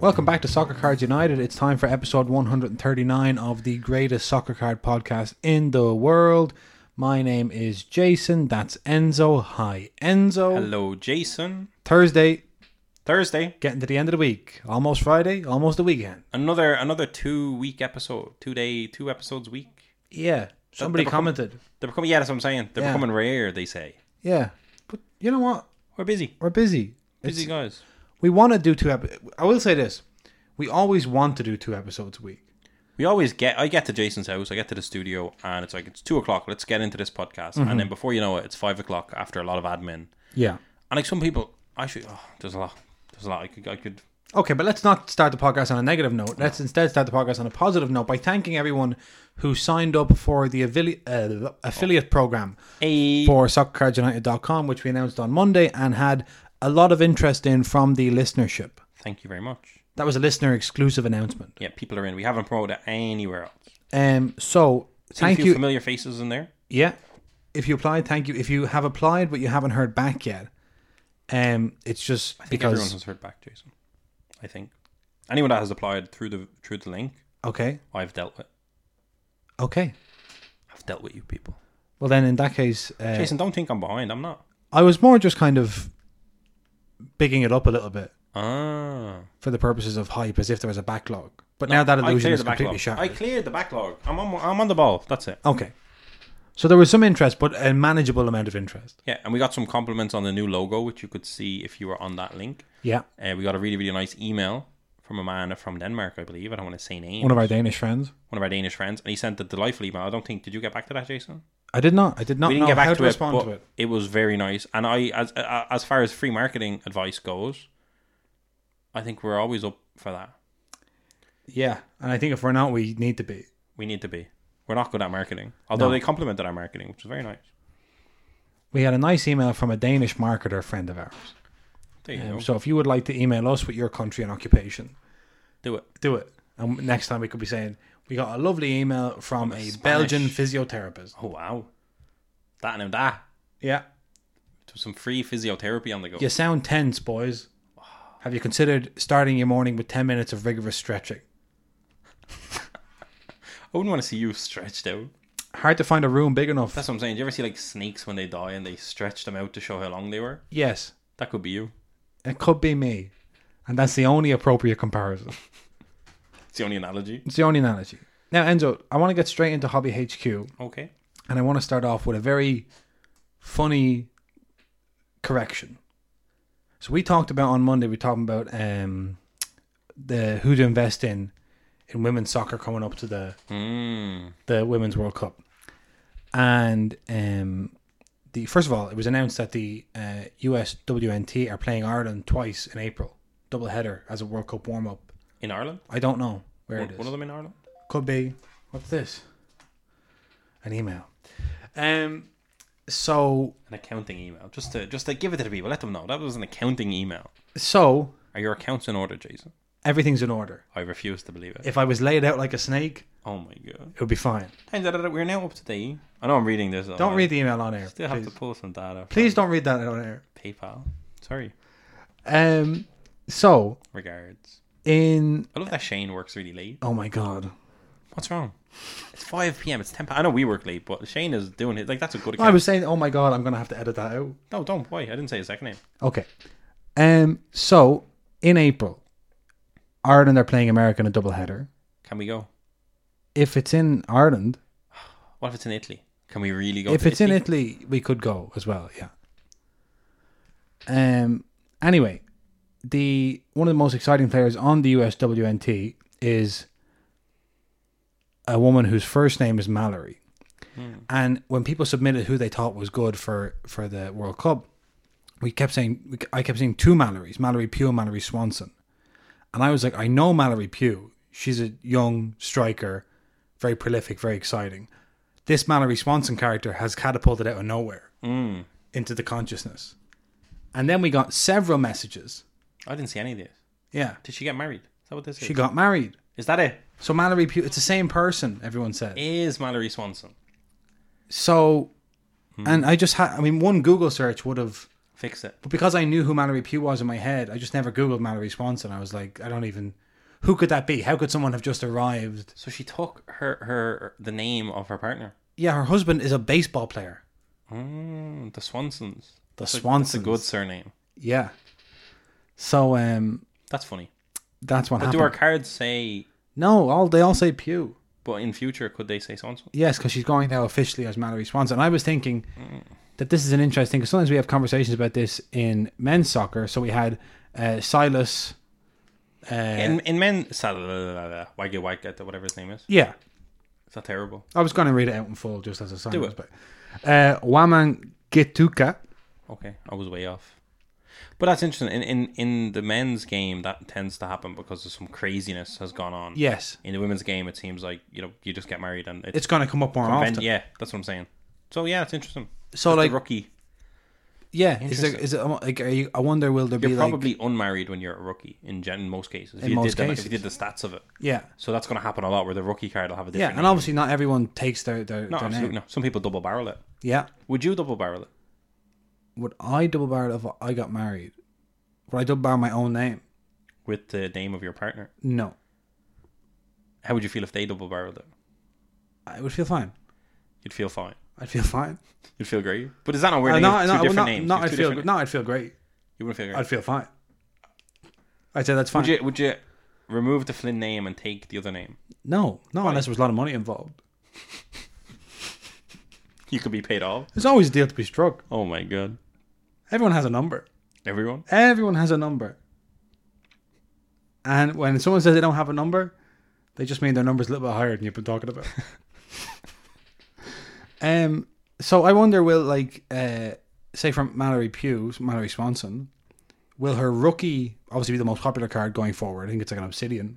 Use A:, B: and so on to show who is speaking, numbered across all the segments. A: Welcome back to Soccer Cards United. It's time for episode 139 of the greatest soccer card podcast in the world. My name is Jason. That's Enzo. Hi, Enzo.
B: Hello, Jason.
A: Thursday,
B: Thursday,
A: getting to the end of the week. Almost Friday, almost the weekend.
B: another another two week episode, two day, two episodes a week.
A: Yeah. Somebody
B: become-
A: commented.
B: They're becoming yeah, that's what I'm saying. They're
A: Yeah.
B: becoming rare. They say
A: Yeah. But you know what?
B: we're busy,
A: We're busy.
B: busy
A: It's-
B: guys.
A: we want to do two episodes. I will say this. We always want to do two episodes a week.
B: We always get. I get to Jason's house. I get to the studio, and it's like it's two o'clock. Let's get into this podcast,
A: Mm-hmm.
B: and then before you know it, it's five o'clock after a lot of admin.
A: Yeah.
B: And like some people, I should. Oh, there's a lot. There's a lot. I could. I could.
A: Okay, but let's not start the podcast on a negative note. Let's instead start the podcast on a positive note by thanking everyone who signed up for the affili- uh, affiliate program
B: A
A: for soccercardsunited.com, which we announced on Monday and had a lot of interest in from the listenership.
B: thank you very much.
A: That was a listener exclusive announcement.
B: Yeah, people are in. We haven't promoted it anywhere else.
A: Um, so
B: Seen
A: thank
B: a few
A: you.
B: Familiar faces in there.
A: yeah, if you applied, thank you. If you have applied but you haven't heard back yet, um, it's just
B: I think everyone
A: because
B: has heard back, Jason. I think anyone that has applied through the through the link,
A: okay,
B: I've dealt with.
A: okay.
B: I've dealt with you people.
A: Well, then in that case, uh,
B: Jason, don't think I'm behind. I'm not.
A: I was more just kind of bigging it up a little bit
B: Ah,
A: for the purposes of hype, as if there was a backlog. But now that
B: I
A: illusion
B: cleared
A: is
B: the
A: completely
B: backlog. I
A: shattered.
B: cleared the backlog. I'm on. I'm on the ball. That's it.
A: okay, so there was some interest, but a manageable amount of interest.
B: Yeah, and we got some compliments on the new logo, which you could see if you were on that link.
A: Yeah,
B: Uh, we got a really really nice email from a man from Denmark, I believe. I don't want to say name.
A: one of our Danish friends.
B: one of our Danish friends, and he sent a delightful email. I don't think. Did you get back to that, Jason?
A: I did not. I did not
B: we
A: know
B: didn't get back
A: how
B: to,
A: to,
B: it,
A: respond
B: but
A: to it.
B: it was very nice. And I, as uh, as far as free marketing advice goes, I think we're always up for that.
A: Yeah, and I think if we're not, we need to be.
B: We need to be. We're not good at marketing, although they complimented our marketing, which was very nice.
A: We had a nice email from a Danish marketer friend of ours.
B: There you
A: Um,
B: go.
A: So if you would like to email us with your country and occupation,
B: Do it.
A: do it. And next time we could be saying we got a lovely email from, a
B: Spanish-
A: Belgian physiotherapist.
B: Oh wow, that and that.
A: Yeah,
B: It was some free physiotherapy on the go.
A: You sound tense, boys. Have you considered starting your morning with 10 minutes of rigorous stretching?
B: I wouldn't want to see you stretched out.
A: Hard to find a room big enough.
B: That's what I'm saying. Do you ever see like snakes when they die and they stretch them out to show how long they were?
A: yes,
B: That could be you.
A: it could be me. And that's the only appropriate comparison.
B: It's the only analogy.
A: It's the only analogy. Now, Enzo, I want to get straight into Hobby HQ and
B: Okay.
A: I want to start off with a very funny correction. So, we talked about on Monday, we talked about um, the who to invest in in women's soccer coming up to the
B: Hmm.
A: the Women's World Cup. And um, the first of all, it was announced that the uh, US WNT are playing Ireland twice in April, double header as a World Cup warm up.
B: In Ireland,
A: I don't know where
B: one,
A: it is.
B: one of them in Ireland.
A: Could be. What's this? An email. Um. So
B: an accounting email just to just to give it to the people let them know that was an accounting email
A: so
B: are your accounts in order jason
A: everything's in order.
B: i refuse to believe it
A: If I was laid out like a snake,
B: oh my god
A: it would be fine.
B: Turns out that we're now up to date i know i'm reading this
A: Don't read the email on air.
B: still have
A: please.
B: to pull some data from
A: please don't read that on air.
B: paypal sorry
A: Um. So
B: regards
A: in
B: i love that shane works really late
A: oh my god.
B: what's wrong it's 5 p.m it's 10 pa- i know we work late but shane is doing it like that's a
A: I
B: good account
A: was saying, oh my god, I'm gonna have to edit that out.
B: no don't why i didn't say his second name
A: Okay. Um. So in April, Ireland are playing America in a doubleheader.
B: can we go
A: If it's in Ireland,
B: what if it's in italy can we really go
A: if
B: to
A: it's in Italy, we could go as well. Yeah. Um. Anyway, the one of the most exciting players on the US WNT is a woman whose first name is Mallory.
B: Hmm.
A: And when people submitted who they thought was good for for the World Cup, we kept saying we, I kept seeing two Mallorys, Mallory Pugh and Mallory Swanson. And I was like, I know Mallory Pugh. She's a young striker, very prolific, very exciting. This Mallory Swanson character has catapulted out of nowhere into the consciousness. And then we got several messages.
B: i didn't see any of this
A: Yeah.
B: did she get married is that what this is
A: She got married.
B: is that it
A: So Mallory Pugh, it's the same person, everyone said.
B: is mallory swanson
A: So, and I just had, I mean, one Google search would have
B: Fix it.
A: But because I knew who Mallory Pugh was in my head, I just never Googled Mallory Swanson. I was like, I don't even. Who could that be? How could someone have just arrived?
B: So she took her her the name of her partner.
A: Yeah, her husband is a baseball player.
B: Mm, the Swansons.
A: The
B: That's a-
A: Swansons.
B: That's a good surname.
A: Yeah. So um,
B: That's funny.
A: that's what
B: But
A: happened.
B: do our cards say?
A: No, all they all say Pew.
B: But in future, could they say Swanson?
A: Yes, because she's going now officially as Mallory Swanson. And I was thinking
B: Mm.
A: that this is an interesting because sometimes we have conversations about this in men's soccer. So we had uh, Silas. Uh,
B: In in men, sa- la- la- la- la- wagyu wagyu, whatever his name is.
A: yeah,
B: Is that terrible?
A: I was going to read it out in full just as a sign.
B: Do
A: but uh, Waman Getuka.
B: Okay, I was way off. But that's interesting. In in in the men's game, that tends to happen because of some craziness has gone on.
A: Yes,
B: In the women's game, it seems like you know you just get married and it's,
A: it's going to come up more
B: conven-
A: often.
B: yeah, that's what I'm saying. So yeah, it's interesting.
A: So
B: But
A: like,
B: the rookie,
A: yeah, is there is it like? Are you, I wonder will there
B: you're
A: be like?
B: probably unmarried when you're a rookie in gen in most cases. If
A: In
B: you
A: most
B: did the,
A: cases.
B: if you did the stats of it,
A: Yeah,
B: so that's going to happen a lot where the rookie card will have a
A: yeah,
B: different.
A: and obviously not everyone takes their their,
B: no,
A: their
B: absolutely
A: name.
B: no. Some people double barrel it.
A: Yeah,
B: Would you double barrel it?
A: would I double barrel if I got married? Would I double barrel my own name?
B: with the name of your partner.
A: No,
B: How would you feel if they double barreled it?
A: I would feel fine.
B: You'd feel fine.
A: I'd feel fine.
B: You'd feel great. But is that not weird?
A: Uh,
B: that you
A: no, no,
B: have two
A: well,
B: different
A: not,
B: names.
A: not
B: You have
A: I'd
B: two
A: feel
B: different-
A: no, I'd feel great.
B: You wouldn't feel great.
A: I'd feel fine. I'd say that's fine.
B: would you would you remove the Flynn name and take the other name?
A: no, not unless there was a lot of money involved.
B: You could be paid off.
A: There's always a deal to be struck.
B: Oh my god.
A: Everyone has a number.
B: Everyone?
A: Everyone has a number. And when someone says they don't have a number, they just mean their number's a little bit higher than you've been talking about. um. So I wonder, will like, uh, say from Mallory Pugh, Mallory Swanson, will her rookie obviously be the most popular card going forward? I think it's like an obsidian,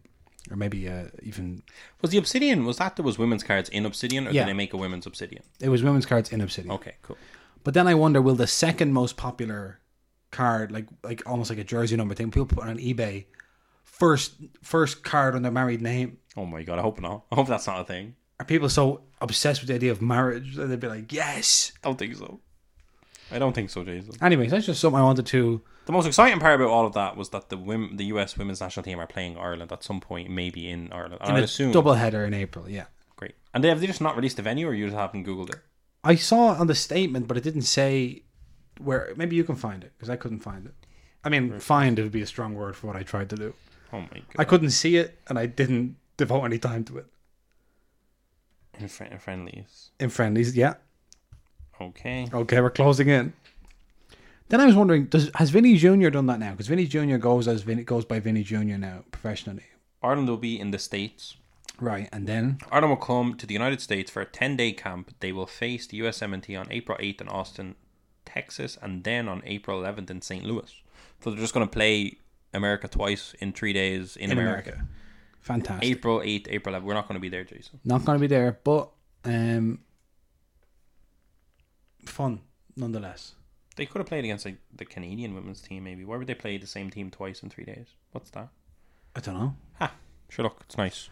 A: or maybe uh, even
B: Was the Obsidian was that there was women's cards in Obsidian or
A: Yeah.
B: did they make a women's Obsidian?
A: it was women's cards in obsidian.
B: Okay, cool.
A: But then I wonder, will the second most popular card, like like almost like a jersey number thing, people put on eBay, first first card on their married name?
B: Oh my god, I hope not. I hope that's not a thing.
A: Are people so obsessed with the idea of marriage that they'd be like, yes?
B: I don't think so. I don't think so, Jason.
A: Anyways, that's just something I wanted to.
B: The most exciting part about all of that was that the women, the US women's national team are playing Ireland at some point, maybe in Ireland. And I
A: a
B: assume
A: double header in April, yeah.
B: Great. And they have they just not released the venue, or you just haven't googled it?
A: I saw it on the statement, but it didn't say where. Maybe you can find it because I couldn't find it. I mean, find would be a strong word for what I tried to do.
B: Oh my god!
A: I couldn't see it, and I didn't devote any time to it.
B: In fr- in friendlies.
A: In friendlies, yeah.
B: Okay.
A: Okay, we're closing in. Then I was wondering, does has Vinny Junior done that now? Because Vinny Junior goes as Vinny goes by Vinny Junior now professionally,
B: Ireland will be in the states.
A: right? And then
B: Ireland will come to the United States for a ten-day camp. They will face the USMNT on April eighth in Austin, Texas, and then on April eleventh in St. Louis. So they're just going to play America twice in three days in,
A: in
B: America.
A: America, fantastic.
B: April eighth, April eleventh. We're not going to be there, Jason.
A: Not going to be there, but um, fun nonetheless.
B: They could have played against like the Canadian women's team, maybe. Why would they play the same team twice in three days? What's that?
A: I don't know.
B: Ha! Sure, look, it's nice.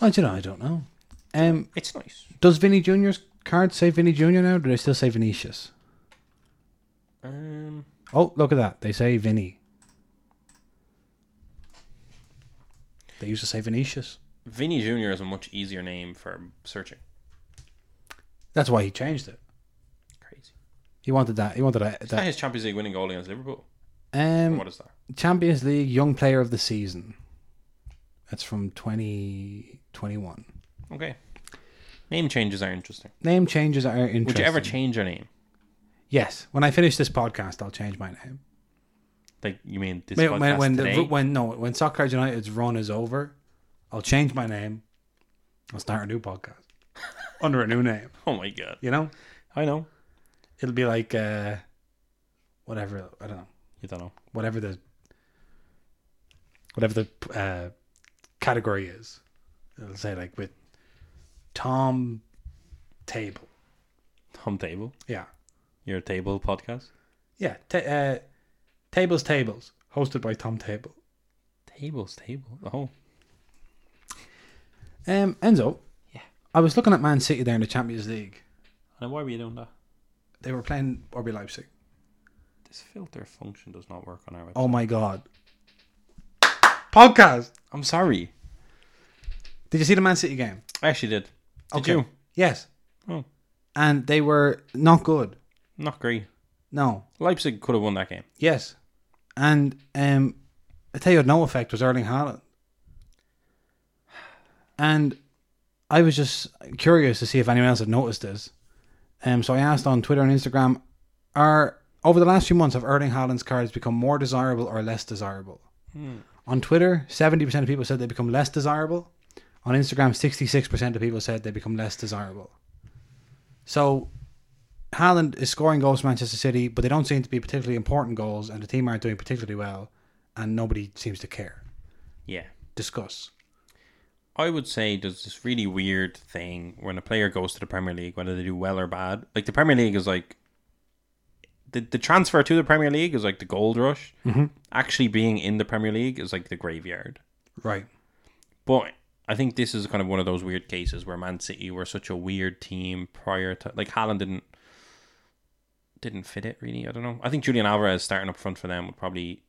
A: I don't know. I don't know. Um,
B: It's nice.
A: does Vinny Junior's card say Vinny Junior now? Or do they still say Vinicius?
B: Um.
A: Oh, look at that. They say Vinny. They used to say Vinicius.
B: Vinny Jr. is a much easier name for searching.
A: That's why he changed it.
B: Crazy.
A: He wanted that. He wanted that.
B: Is that
A: that.
B: his Champions League winning goal against Liverpool?
A: Um,
B: What is that?
A: Champions League Young Player of the Season. That's from 2021.
B: Okay. Name changes are interesting.
A: Name changes are interesting.
B: Would you ever change your name?
A: Yes. When I finish this podcast, I'll change my name.
B: Like you mean this
A: When,
B: podcast
A: when, when,
B: today?
A: the, when no, when Soccer United's run is over, I'll change my name. I'll start a new podcast under a new name.
B: oh my god!
A: You know,
B: I know.
A: it'll be like uh, whatever. I don't know.
B: You don't know.
A: Whatever the whatever the uh, category is. It'll say like with Tom Table.
B: Tom Table,
A: Yeah.
B: your table podcast.
A: Yeah. Ta uh, Tables, Tables, hosted by Tom Table.
B: Tables, table. Oh,
A: Um, Enzo.
B: Yeah.
A: I was looking at Man City there in the Champions League.
B: and why were you doing that?
A: They were playing RB Leipzig.
B: This filter function does not work on our website.
A: Oh my god. Podcast.
B: I'm sorry.
A: Did you see the Man City game?
B: I actually did. Did you?
A: Yes.
B: Oh.
A: And they were not good.
B: Not great.
A: No.
B: Leipzig could have won that game.
A: Yes. And um, I tell you, what no effect was Erling Haaland. And I was just curious to see if anyone else had noticed this. Um, so I asked on Twitter and Instagram, are over the last few months have Erling Haaland's cards become more desirable or less desirable? On Twitter, seventy percent of people said they become less desirable. On Instagram, sixty-six percent of people said they become less desirable. So Haaland is scoring goals for Manchester City, but they don't seem to be particularly important goals, and the team aren't doing particularly well, and nobody seems to care.
B: Yeah.
A: Discuss.
B: I would say there's this really weird thing when a player goes to the Premier League, whether they do well or bad. Like the Premier League is like the, the transfer to the Premier League is like the gold rush. Mm-hmm. Actually being in the Premier League is like the graveyard.
A: Right.
B: But I think this is kind of one of those weird cases where Man City were such a weird team prior to like Haaland didn't didn't fit it really. I don't know. I think Julian Alvarez starting up front for them would probably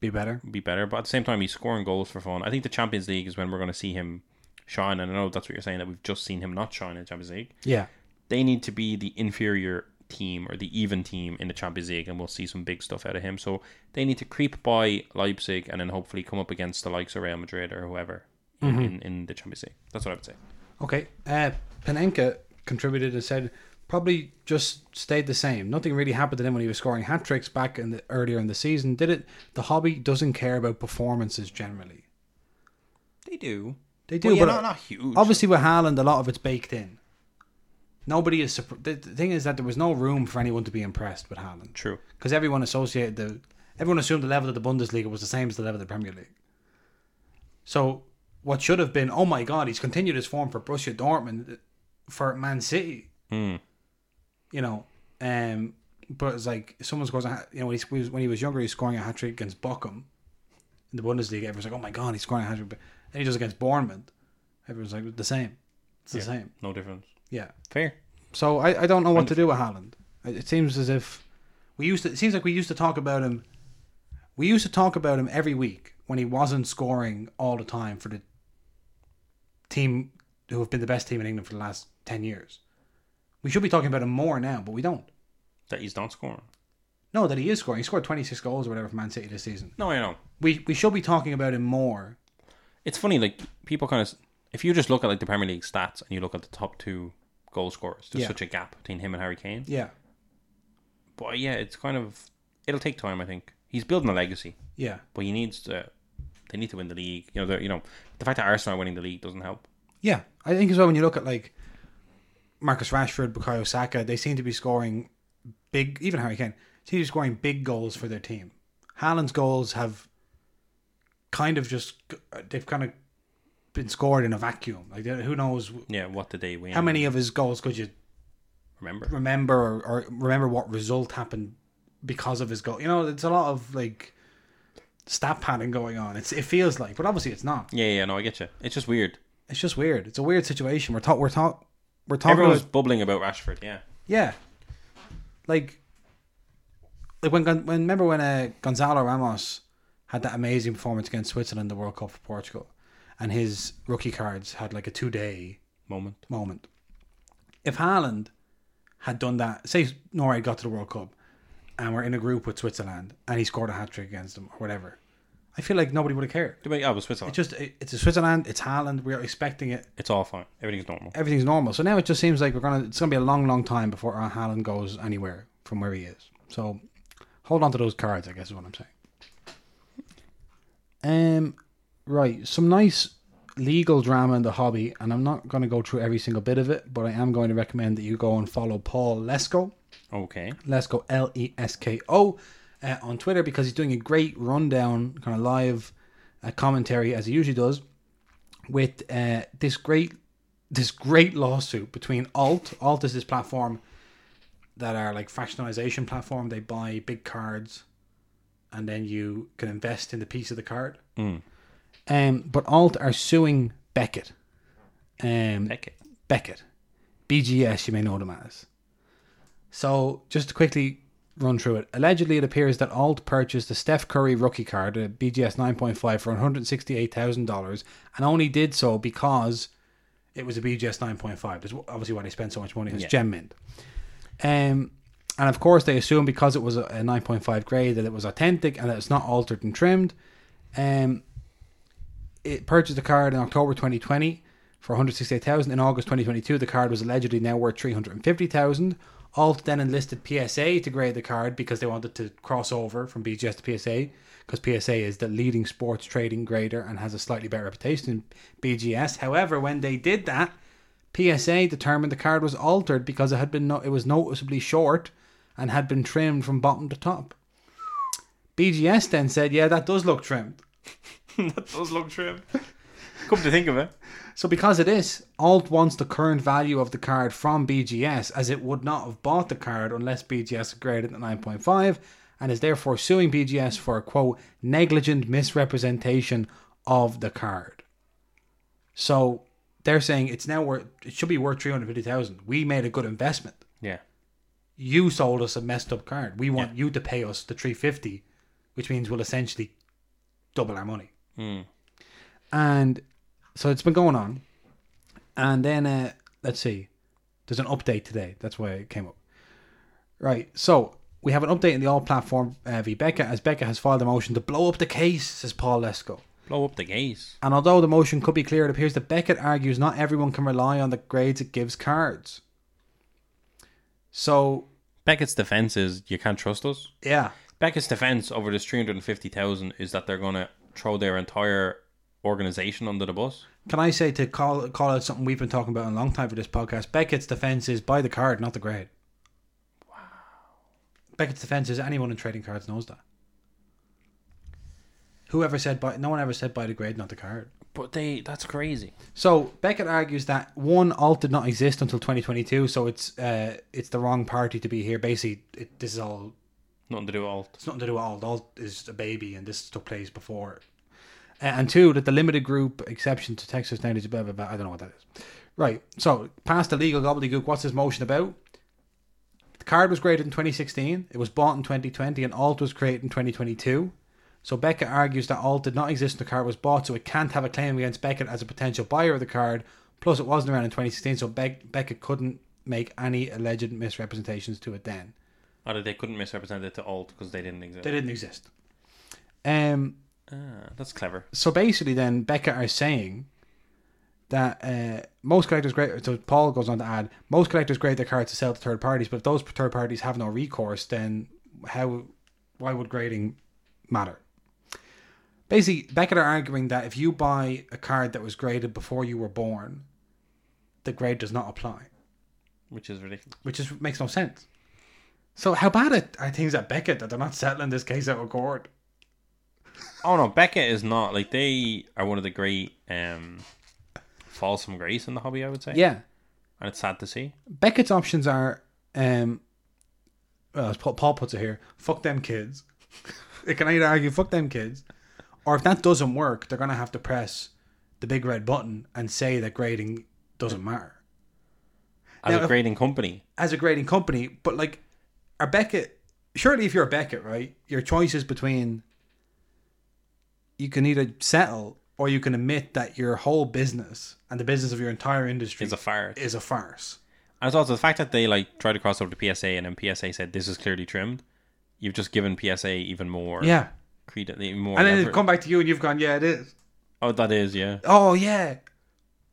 A: Be better.
B: be better, but at the same time he's scoring goals for fun. I think the Champions League is when we're going to see him shine, and I know that's what you're saying that we've just seen him not shine in the Champions League.
A: Yeah.
B: They need to be the inferior team or the even team in the Champions League, and we'll see some big stuff out of him. So they need to creep by Leipzig and then hopefully come up against the likes of Real Madrid or whoever in,
A: Mm-hmm.
B: in, in the Champions League. That's what I would say.
A: Okay. Uh, Panenka contributed and said probably just stayed the same. Nothing really happened to him when he was scoring hat tricks back in the earlier in the season, did it? The hobby doesn't care about performances generally.
B: They do.
A: They do,
B: Well, yeah,
A: but
B: not, not huge.
A: obviously with Haaland, a lot of it's baked in. Nobody is. surpr- The the thing is that there was no room for anyone to be impressed with Haaland.
B: True.
A: because everyone associated the everyone assumed the level of the Bundesliga was the same as the level of the Premier League. So what should have been, oh my God, he's continued his form for Borussia Dortmund uh, for Man City.
B: Hmm.
A: You know, um, but it's like someone scores a hat, you know when he, was- when he was younger, he was scoring a hat trick against Bochum in the Bundesliga. Everyone's like, oh my God, he's scoring a hat trick. But Then he does against Bournemouth. Everyone's like the same. It's the
B: Yeah.
A: same.
B: No difference.
A: Yeah.
B: Fair.
A: So I, I don't know what to do with Haaland. It it seems as if we used to. It seems like we used to talk about him. We used to talk about him every week when he wasn't scoring all the time for the team who have been the best team in England for the last ten years. We should be talking about him more now, but we don't.
B: That he's not scoring.
A: No, that he is scoring. He scored twenty six goals or whatever for Man City this season.
B: No, I know.
A: We we should be talking about him more.
B: it's funny like people kind of if you just look at like the Premier League stats and you look at the top two goal scorers there's
A: Yeah.
B: such a gap between him and Harry Kane
A: Yeah,
B: but yeah it's kind of it'll take time I think he's building a legacy
A: yeah.
B: but he needs to they need to win the league you know the, you know the fact that Arsenal are winning the league doesn't help
A: Yeah, I think as well when you look at like Marcus Rashford, Bukayo Saka, they seem to be scoring big. Even Harry Kane seem to be scoring big goals for their team. Haaland's goals have kind of just they've kind of been scored in a vacuum. Like who knows
B: yeah what did they win
A: how many of his goals could you
B: remember
A: remember or, or remember what result happened because of his goal. You know, it's a lot of like stat padding going on. It's it feels like, but obviously it's not.
B: yeah yeah no I get you it's just weird
A: It's just weird. It's a weird situation. We're taught. We're taught. We're talking
B: everyone was
A: about-
B: bubbling about Rashford yeah
A: Yeah, like, like when Gon- when remember when uh, Gonzalo Ramos had that amazing performance against Switzerland in the World Cup for Portugal, and his rookie cards had like a two day
B: moment
A: moment. If Haaland had done that, say Norway got to the World Cup, and we're in a group with Switzerland, and he scored a hat trick against them or whatever, I feel like nobody would have cared.
B: Did we- oh it was Switzerland
A: It's just it- it's a Switzerland, it's Haaland. We are expecting it
B: it's all fine everything's normal
A: everything's normal. So now it just seems like we're gonna it's gonna be a long, long time before our Haaland goes anywhere from where he is. So hold on to those cards, I guess is what I'm saying. Um right, some nice legal drama in the hobby, and I'm not gonna go through every single bit of it, but I am going to recommend that you go and follow Paul Lesko.
B: okay
A: Lesko L E S K O uh, on Twitter because he's doing a great rundown, kind of live uh, commentary as he usually does, with uh, this great this great lawsuit between Alt. Alt is this platform that are like fractionalization platform. They buy big cards, and then you can invest in the piece of the card. Um, but Alt are suing Beckett. Um,
B: Beckett
A: Beckett. BGS, you may know them as. So, just to quickly run through it. Allegedly, it appears that Alt purchased the Steph Curry rookie card, a BGS 9.5, for $168,000 and only did so because it was a BGS 9.5. That's obviously why they spent so much money on this
B: Yeah.
A: gem mint. Um, and of course, they assumed because it was a, a 9.5 grade that it was authentic and that it's not altered and trimmed. Um, it purchased the card in October 2020 for 168,000. In August 2022, the card was allegedly now worth 350,000. Alt then enlisted PSA to grade the card because they wanted to cross over from BGS to PSA because PSA is the leading sports trading grader and has a slightly better reputation than BGS. However, when they did that, PSA determined the card was altered because it had been no- it was noticeably short and had been trimmed from bottom to top. BGS then said, "Yeah, that does look trimmed."
B: that does look trim. Come to think of it,
A: So because of this, Alt wants the current value of the card from BGS as it would not have bought the card unless BGS graded at 9.5 and is therefore suing BGS for quote negligent misrepresentation of the card. So they're saying it's now worth it should be worth 350,000. We made a good investment.
B: yeah,
A: You sold us a messed up card. We want you to pay us the 350, which means we'll essentially double our money
B: mm.
A: and so it's been going on. And then uh, let's see, there's an update today. That's why it came up. Right, so we have an update in the all platform uh, v Becca as Becca has filed a motion to blow up the case, says Paul Lesko.
B: blow up the gaze.
A: And although the motion could be clear, it appears that Beckett argues not everyone can rely on the grades it gives cards. So
B: Beckett's defense is you can't trust us.
A: yeah,
B: Beckett's defense over this 350,000 is that they're going to throw their entire organization under the bus.
A: can I say to call call out something we've been talking about in a long time for this podcast? Beckett's defense is buy the card, not the grade. Wow. Beckett's defense is anyone in trading cards knows that. Whoever said buy? No one ever said buy the grade, not the card.
B: But they that's crazy.
A: So Beckett argues that one alt did not exist until 2022, so it's uh, it's the wrong party to be here. Basically, it, this is all
B: Nothing to do with alt.
A: it's nothing to do with Alt. Alt is a baby, and this took place before. it. Uh, and two, that the limited group exception to Texas now is blah blah blah. I don't know what that is. Right. So past the legal gobbledygook. What's this motion about? The card was created in 2016. It was bought in 2020, and Alt was created in 2022. So Beckett argues that Alt did not exist when the card was bought, so it can't have a claim against Beckett as a potential buyer of the card. Plus, it wasn't around in 2016, so Beck- Beckett couldn't make any alleged misrepresentations to it then.
B: Or that they couldn't misrepresent it to alt because they didn't exist.
A: They didn't exist. Um.
B: ah, that's clever.
A: so basically then Becca are saying that uh, most collectors grade so Paul goes on to add most collectors grade their cards to sell to third parties but if those third parties have no recourse then how why would grading matter basically Beckett are arguing that if you buy a card that was graded before you were born the grade does not apply
B: Which is ridiculous.
A: which is makes no sense so how bad are- are things at Beckett that they're not settling this case out of court
B: Oh no, Beckett is not like they are one of the great um false from grace in the hobby, I would say.
A: yeah
B: And it's sad to see.
A: Beckett's options are, um, well, as Pa- Paul puts it here, fuck them kids. it can either argue fuck them kids, or if that doesn't work, they're gonna have to press the big red button and say that grading doesn't matter
B: As
A: Now,
B: a
A: if-
B: grading company.
A: as a grading company. But like, are Beckett? Surely, if you're a Beckett, right, your choice is between you can either settle or you can admit that your whole business and the business of your entire industry
B: Is a fire.
A: is a farce.
B: And it's also the fact that they like tried to cross over to PSA and then PSA said this is clearly trimmed. You've just given PSA even more
A: Yeah,
B: credence, even more.
A: and then
B: effort.
A: they've come back to you and you've gone, yeah, it is.
B: oh, that is yeah.
A: Oh yeah.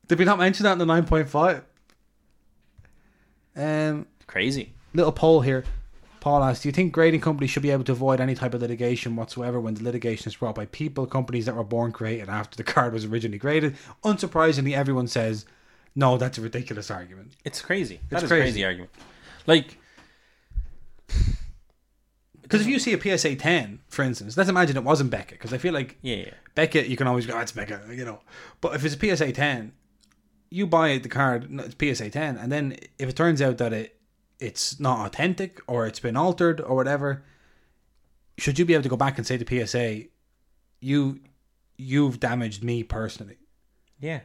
A: Did we not mention that in the nine point five? Um,
B: Crazy.
A: little poll here. Paul asks, "Do you think grading companies should be able to avoid any type of litigation whatsoever when the litigation is brought by people, companies that were born created after the card was originally graded?" Unsurprisingly, everyone says, "No, that's a ridiculous argument."
B: It's crazy. That's a
A: crazy.
B: crazy. argument. Like
A: Because if you see a PSA ten, for instance, let's imagine it wasn't Beckett, because I feel like
B: yeah, yeah.
A: Beckett, you can always go, "Ah, it's Beckett, you know. But if it's a PSA 10, you buy the card, no, it's PSA 10, and then if it turns out that it it's not authentic or it's been altered or whatever, should you be able to go back and say to PSA, you you've damaged me personally?
B: yeah.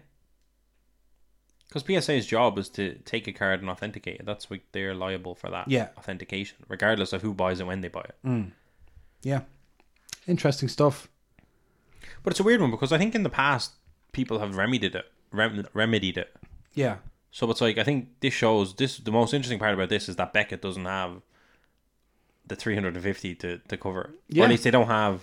B: Because PSA's job is to take a card and authenticate it. That's like they're liable for that
A: Yeah. Mm.
B: authentication, regardless of who buys it when they buy it.
A: Yeah. Interesting stuff.
B: But it's a weird one because I think in the past people have remedied it, rem- remedied it.
A: Yeah.
B: So it's like I think this shows this. The most interesting part about this is that Beckett doesn't have the 350 to to cover. it. Or
A: Yeah.
B: at least they don't have.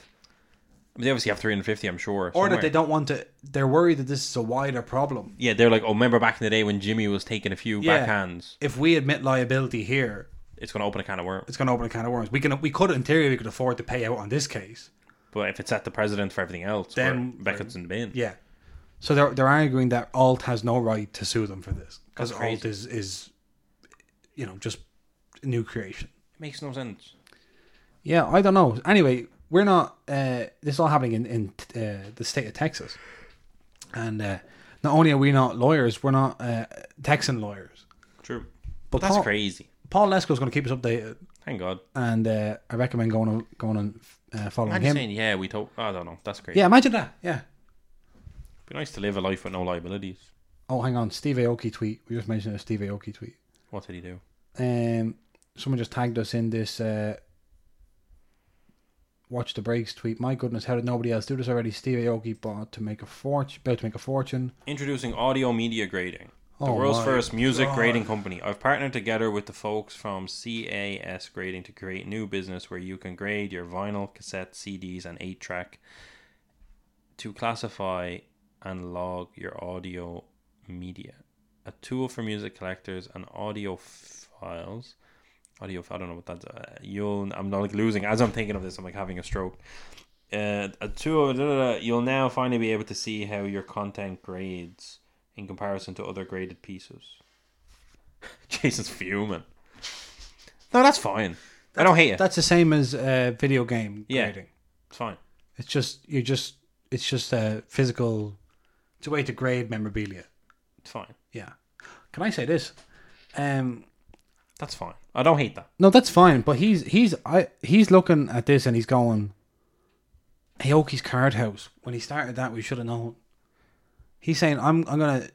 B: I mean, they obviously have 350. I'm sure.
A: Or that
B: somewhere.
A: they don't want to, they're worried that this is a wider problem.
B: Yeah, they're like, oh, remember back in the day when Jimmy was taking a few
A: Yeah.
B: backhands?
A: If we admit liability here,
B: It's going to open a can of worms.
A: it's going to open a can of worms. We can, we could, in theory, we could afford to pay out on this case.
B: But if it's at the president for everything else,
A: Then-
B: then Beckett's in the bin.
A: Yeah. So they're they're arguing that Alt has no right to sue them for this because
B: That's crazy.
A: Alt is is, you know, just new creation.
B: It makes no sense.
A: Yeah, I don't know. Anyway, we're not. Uh, this is all happening in in uh, the state of Texas, and uh, not only are we not lawyers, we're not uh, Texan lawyers.
B: True.
A: But
B: That's
A: Paul,
B: crazy.
A: Paul Lesko is going to keep us updated,
B: Thank God.
A: and uh, I recommend going on, going and uh, following
B: I'm
A: him.
B: saying, yeah, we told. I don't know. That's crazy.
A: Yeah, imagine that. Yeah.
B: It'd be nice to live a life with no liabilities.
A: Oh, hang on, Steve Aoki tweet. We just mentioned a Steve Aoki tweet.
B: What did he do?
A: um, someone just tagged us in this uh, watch the breaks tweet. My goodness, how did nobody else do this already? Steve Aoki bought to make a fortune, about to make a fortune.
B: Introducing audio media grading. The
A: Oh
B: world's
A: my
B: first music
A: God.
B: grading company. I've partnered together with the folks from CAS Grading to create new business where you can grade your vinyl, cassette, CDs, and 8 track to classify and log your audio media. A tool for music collectors and audio files. Audio, I don't know what that's. Uh, you'll, I'm not like losing. As I'm thinking of this, I'm like having a stroke. uh, a tool, da, da, da, you'll now finally be able to see how your content grades in comparison to other graded pieces. Jason's fuming. No, that's fine. I don't hate it.
A: That's the same as uh, video game
B: Yeah.
A: grading.
B: It's fine.
A: It's just you just it's just a physical. It's a way to grade memorabilia.
B: It's fine.
A: Yeah. Can I say this? Um,
B: That's fine. I don't hate that.
A: no, that's fine. But he's he's I he's looking at this and he's going. Aoki's Card House. When he started that, we should have known. He's saying, "I'm, I'm gonna.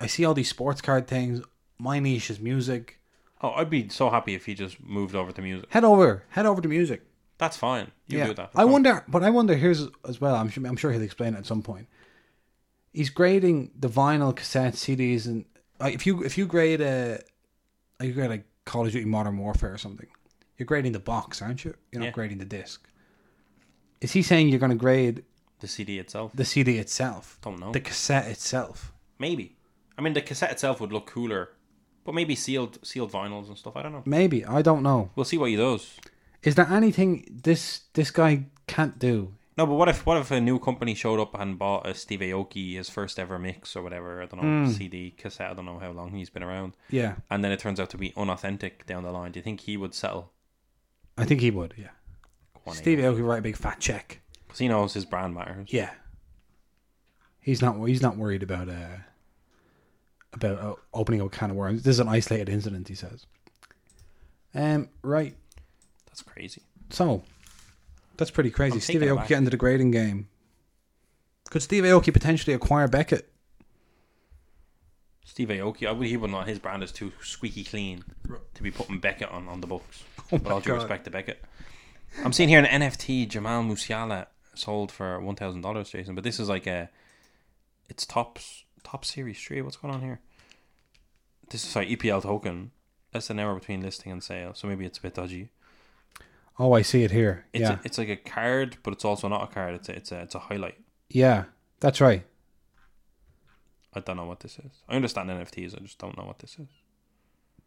A: I see all these sports card things. My niche is music.
B: Oh, I'd be so happy if he just moved over to music.
A: Head over, head over to music.
B: That's fine. You
A: yeah,
B: do that. That's
A: I
B: fine.
A: wonder, but I wonder here's as well. I'm sure, I'm sure he'll explain it at some point. He's grading the vinyl, cassette, CDs, and uh, if you if you grade a, you grade like Call of Duty Modern Warfare or something, you're grading the box, aren't you? You're not
B: Yeah.
A: grading the disc. Is he saying you're going to grade
B: The CD itself.
A: the CD itself,
B: Don't know.
A: the cassette itself?
B: Maybe. I mean, the cassette itself would look cooler, but maybe sealed sealed vinyls and stuff. I don't know.
A: Maybe I don't know.
B: We'll see what he does.
A: Is there anything this this guy can't do?
B: No, but what if what if a new company showed up and bought a Steve Aoki his first ever mix or whatever? I don't know CD cassette. I don't know how long he's been around,
A: Yeah,
B: and then it turns out to be unauthentic down the line. Do you think he would settle?
A: I think he would. Yeah, Steve Aoki write a big fat check.
B: because he knows his brand matters.
A: Yeah, he's not he's not worried about uh about uh, opening up a can of worms. This is an isolated incident, he says. Um, right.
B: That's crazy.
A: So that's pretty crazy.
B: I'm
A: Steve
B: taken
A: Aoki
B: aback.
A: get into the grading game. Could Steve Aoki potentially acquire Beckett?
B: Steve Aoki, I would he would not. His brand is too squeaky clean to be putting Beckett on on the books.
A: Oh
B: With
A: my
B: all due
A: God.
B: respect to Beckett, I'm seeing here an NFT Jamal Musiala sold for one thousand dollars, Jason. But this is like a, it's tops top series three. What's going on here? This is sorry EPL token. That's an error between listing and sale, so maybe it's a bit dodgy.
A: Oh, I see it here.
B: It's
A: yeah,
B: a, it's like a card, but it's also not a card. It's a, it's a it's a highlight.
A: yeah, that's right.
B: I don't know what this is. I understand NFTs. I just don't know what this is.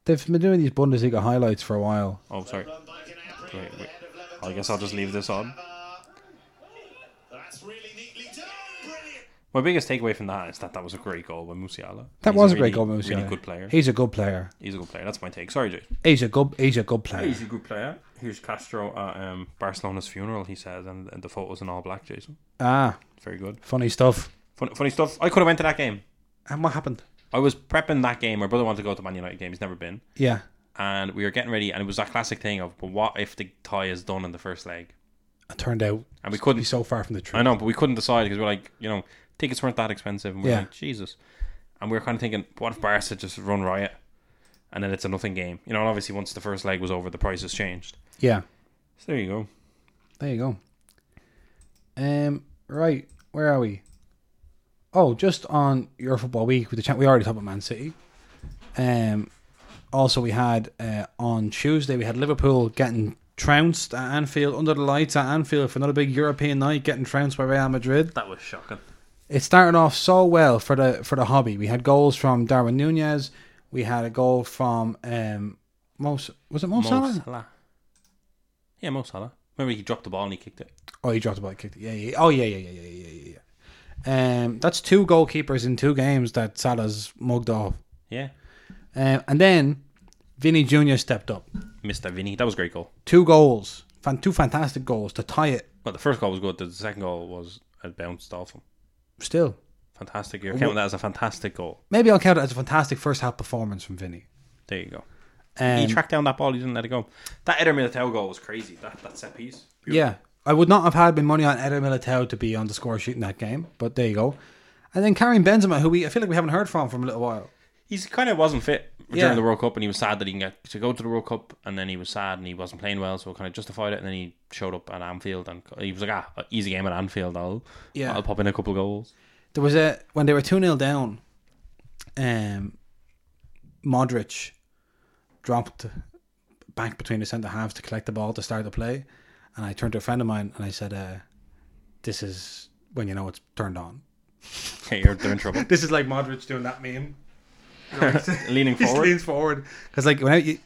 A: They've been doing these Bundesliga highlights for a while.
B: Oh, sorry. Wait, wait. Oh, I guess I'll just leave this on.
C: That's really neatly done. Brilliant.
B: My biggest takeaway from that is that that was a great goal by Musiala.
A: That
B: He's
A: was a
B: really-
A: great goal, Musiala.
B: Really good player.
A: He's a good player.
B: He's a good player. That's my take. Sorry, Jay.
A: He's a good. He's a good player.
B: He's a good player. Here's Castro at um, Barcelona's funeral. He says, and, and the photos in all black. Jason,
A: Ah,
B: very good.
A: funny stuff.
B: Fun, funny stuff. I could have went to that game.
A: And what happened?
B: I was prepping that game. My brother wanted to go to Man United game. He's never been,
A: Yeah.
B: and we were getting ready. And it was that classic thing of, but what if the tie is done in the first leg?
A: it turned out
B: And we couldn't
A: be so far from the truth.
B: I know, but we couldn't decide because we're like, you know, tickets weren't that expensive, and we're
A: Yeah.
B: like, Jesus. And we were kind of thinking, what if Barca just run riot? And then it's a nothing game. You know, and obviously once the first leg was over, the prices changed.
A: Yeah.
B: So there you go.
A: There you go. Um. Right. Where are we? Oh, just on your football week with the chat. We already talked about Man City. Um. Also, we had uh, on Tuesday we had Liverpool getting trounced at Anfield under the lights at Anfield for another big European night, getting trounced by Real Madrid.
B: That was shocking.
A: It started off so well for the for the hobby. We had goals from Darwin Nunez. We had a goal from um. Most was it Mo
B: Mo
A: Salah?
B: Salah. Yeah, Mo Salah. Remember he dropped the ball and he kicked it.
A: Oh, he dropped the ball, kicked it. Yeah, yeah. Oh, yeah, yeah, yeah, yeah, yeah, yeah, yeah. Um, that's two goalkeepers in two games that Salah's mugged off.
B: Yeah.
A: Um, and then Vinny Jr. stepped up.
B: Mr. Vinny. That was a great goal.
A: Two goals, fan- two fantastic goals to tie it.
B: Well, the first goal was good. The second goal was a bounced off him.
A: Still,
B: Fantastic. You're counting that as a fantastic goal.
A: maybe I'll count it as a fantastic first half performance from Vinny.
B: There you go.
A: Um,
B: he tracked down that ball. He didn't let it go. That Eder Militao goal was crazy. That that set piece.
A: Yeah, I would not have had my money on Eder Militao to be on the score sheet in that game, but there you go. And then Karim Benzema, who we I feel like we haven't heard from for a little while.
B: He kind of wasn't fit
A: Yeah.
B: during the World Cup, and he was sad that he didn't get to go to the World Cup, and then he was sad and he wasn't playing well, so it kind of justified it. And then he showed up at Anfield, and he was like, "Ah, easy game at Anfield. I'll
A: Yeah.
B: I'll pop in a couple of goals."
A: There was a when they were two 0 down, um, Modric dropped back between the centre halves to collect the ball to start the play, and I turned to a friend of mine and I said, uh, "This is when you know it's turned on.
B: Okay, you're they're in trouble.
A: This is like Modric doing that meme.
B: Leaning
A: He just
B: forward.
A: leans forward because like when you,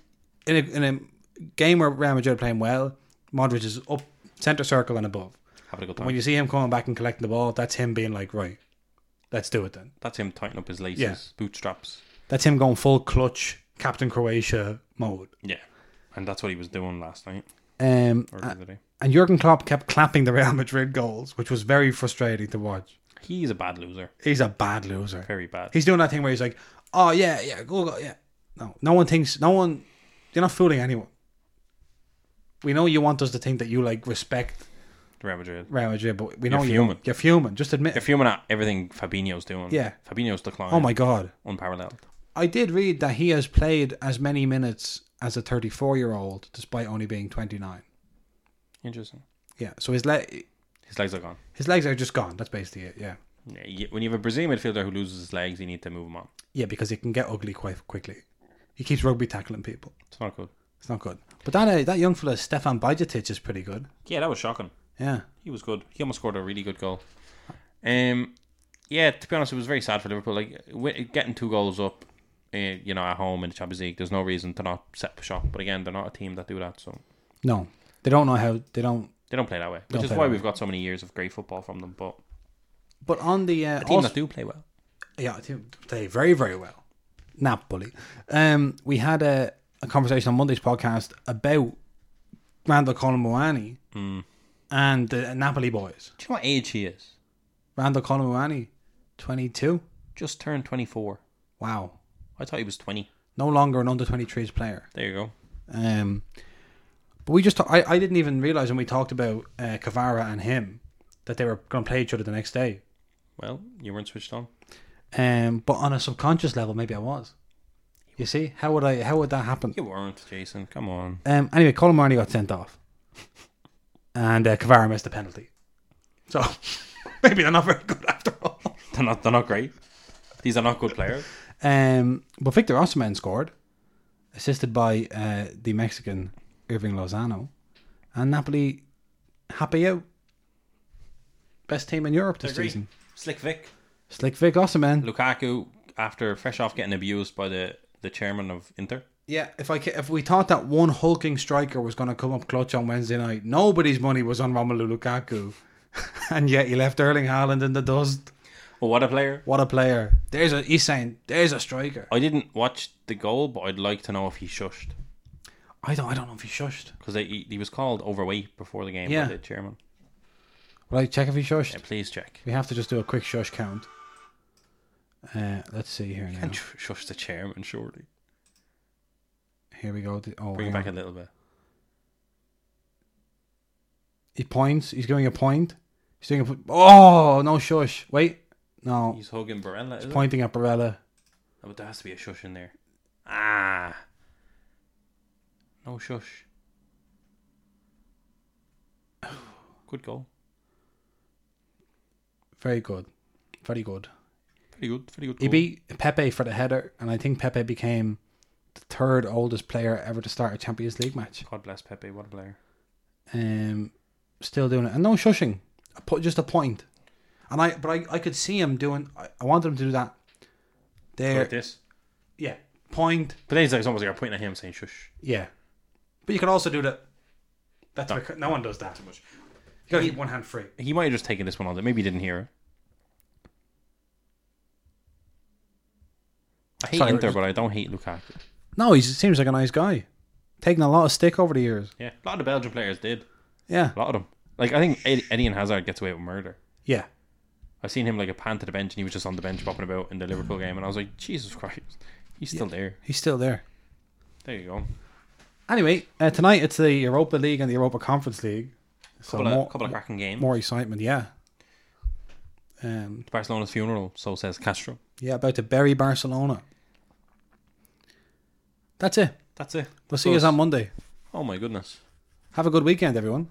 A: in a in a game where Real Madrid are playing well, Modric is up centre circle and above.
B: Having a good time.
A: When you see him coming back and collecting the ball, that's him being like, right, let's do it then.
B: That's him tightening up his laces,
A: Yeah.
B: bootstraps.
A: That's him going full clutch, Captain Croatia mode.
B: Yeah, and that's what he was doing last night
A: Um,
B: or the
A: a-
B: other day.
A: and Jurgen Klopp kept clapping the Real Madrid goals, which was very frustrating to watch.
B: He's a bad loser.
A: He's a bad loser.
B: Very bad.
A: He's doing that thing where he's like, "Oh yeah, yeah, go, go, yeah." No, no one thinks. No one. You're not fooling anyone. We know you want us to think that you like respect
B: Real Madrid.
A: Real Madrid, but we know
B: You're
A: you
B: human.
A: don't. You're human. Just admit.
B: If
A: it.
B: you're fuming at everything Fabinho's doing.
A: Yeah.
B: Fabinho's decline.
A: Oh my god.
B: Unparalleled.
A: I did read that he has played as many minutes as a 34 year old, despite only being 29.
B: Interesting.
A: Yeah. So his le-
B: His legs are gone.
A: His legs are just gone. That's basically it. Yeah.
B: Yeah, you- when you have a Brazilian midfielder who loses his legs, you need to move him on.
A: Yeah, because it can get ugly quite quickly. He keeps rugby tackling people.
B: It's not good.
A: It's not good. But that uh, that young fella Stefan Bajetic is pretty good.
B: Yeah, that was shocking.
A: Yeah.
B: He was good. He almost scored a really good goal. Um, yeah, to be honest, it was very sad for Liverpool. Like wi- getting two goals up, uh, you know, at home in the Champions League, there's no reason to not set up shop. But again, they're not a team that do that, so
A: No, they don't know how they don't.
B: they don't play that way. Which
A: Don't
B: is
A: play
B: why
A: that way.
B: we've got so many years of great football from them. But
A: But on the uh,
B: a team
A: also-
B: that do play well.
A: yeah, I think they very very well. Napoli. Um, we had a, a conversation on Monday's podcast about Randall Colomwani
B: Mm.
A: and the Napoli boys.
B: Do you know what age he is?
A: Randall Colomwani, twenty two.
B: Just turned 24.
A: Wow,
B: I thought he was 20.
A: no longer an under 23s player.
B: There you go.
A: Um, but we just, I, I didn't even realize when we talked about uh, Cavara and him that they were going to play each other the next day.
B: Well, you weren't switched on.
A: Um, but on a subconscious level, maybe I was. You see, how would I? How would that happen?
B: You weren't, Jason. Come on.
A: Um, anyway, Colin Marnie got sent off, and uh, Cavara missed a penalty. So maybe they're not very good after all.
B: They're not, they're not great. These are not good players.
A: Um, but Victor Osimhen scored, assisted by uh, the Mexican Irving Lozano, and Napoli happy out. Best team in Europe this season.
B: Slick Vic.
A: Slick Vic Osimhen.
B: Lukaku, after fresh off getting abused by the, the chairman of Inter.
A: Yeah, if I ca- if we thought that one hulking striker was going to come up clutch on Wednesday night, nobody's money was on Romelu Lukaku, and yet he left Erling Haaland in the dust.
B: Well, what a player.
A: What a player! There's a he's saying there's a striker.
B: I didn't watch the goal, but I'd like to know if he shushed.
A: I don't I don't know if he shushed.
B: Because he, he was called overweight before the game
A: Yeah.
B: by the chairman.
A: Will I check if he shushed?
B: Yeah, please check.
A: We have to just do a quick shush count. Uh, let's see here now.
B: And sh- shush the chairman, surely.
A: Here we go. The- Oh,
B: Bring it
A: hang
B: back a
A: on.
B: little bit.
A: he points. He's giving a point. He's doing a po- oh no shush. Wait, No,
B: He's hugging Barella. Is it?
A: pointing at Barella.
B: Oh, but there has to be a shush in there. Ah. No shush. Good goal.
A: Very good. Very good.
B: Pretty good. Pretty good.
A: He
B: Goal.
A: beat Pepe for the header, and I think Pepe became the third oldest player ever to start a Champions League match.
B: God bless Pepe. What a player.
A: Um, still doing it, and no shushing. I put just a point, and I but I, I could see him doing. I, I wanted him to do that. There,
B: Like this.
A: yeah, point,
B: But then it's, like, it's almost like I'm pointing at him saying shush.
A: yeah. But you can also do that. That's no, no one does that too much. You gotta keep one hand free.
B: He might have just taken this one on. there. Maybe he didn't hear it. I hate
A: Sorry,
B: Inter,
A: just-
B: but I don't hate Lukaku.
A: No, he seems like a nice guy. Taking a lot of stick over the years.
B: Yeah, a lot of the Belgian players did.
A: Yeah,
B: A lot of them. Like I think Ed- Eddie and Hazard gets away with murder.
A: yeah.
B: I've seen him like a pan to the bench, and he was just on the bench bopping about in the Liverpool game, and I was like, Jesus Christ, he's still there.
A: He's still there.
B: There you go.
A: Anyway, uh, tonight it's the Europa League and the Europa Conference League. So
B: Couple,
A: more,
B: of, couple of cracking games.
A: more excitement, yeah. Um,
B: Barcelona's funeral, so says Castro.
A: yeah, about to bury Barcelona. That's it.
B: That's it.
A: We'll see you
B: Us.
A: on Monday.
B: Oh my goodness.
A: Have a good weekend, everyone.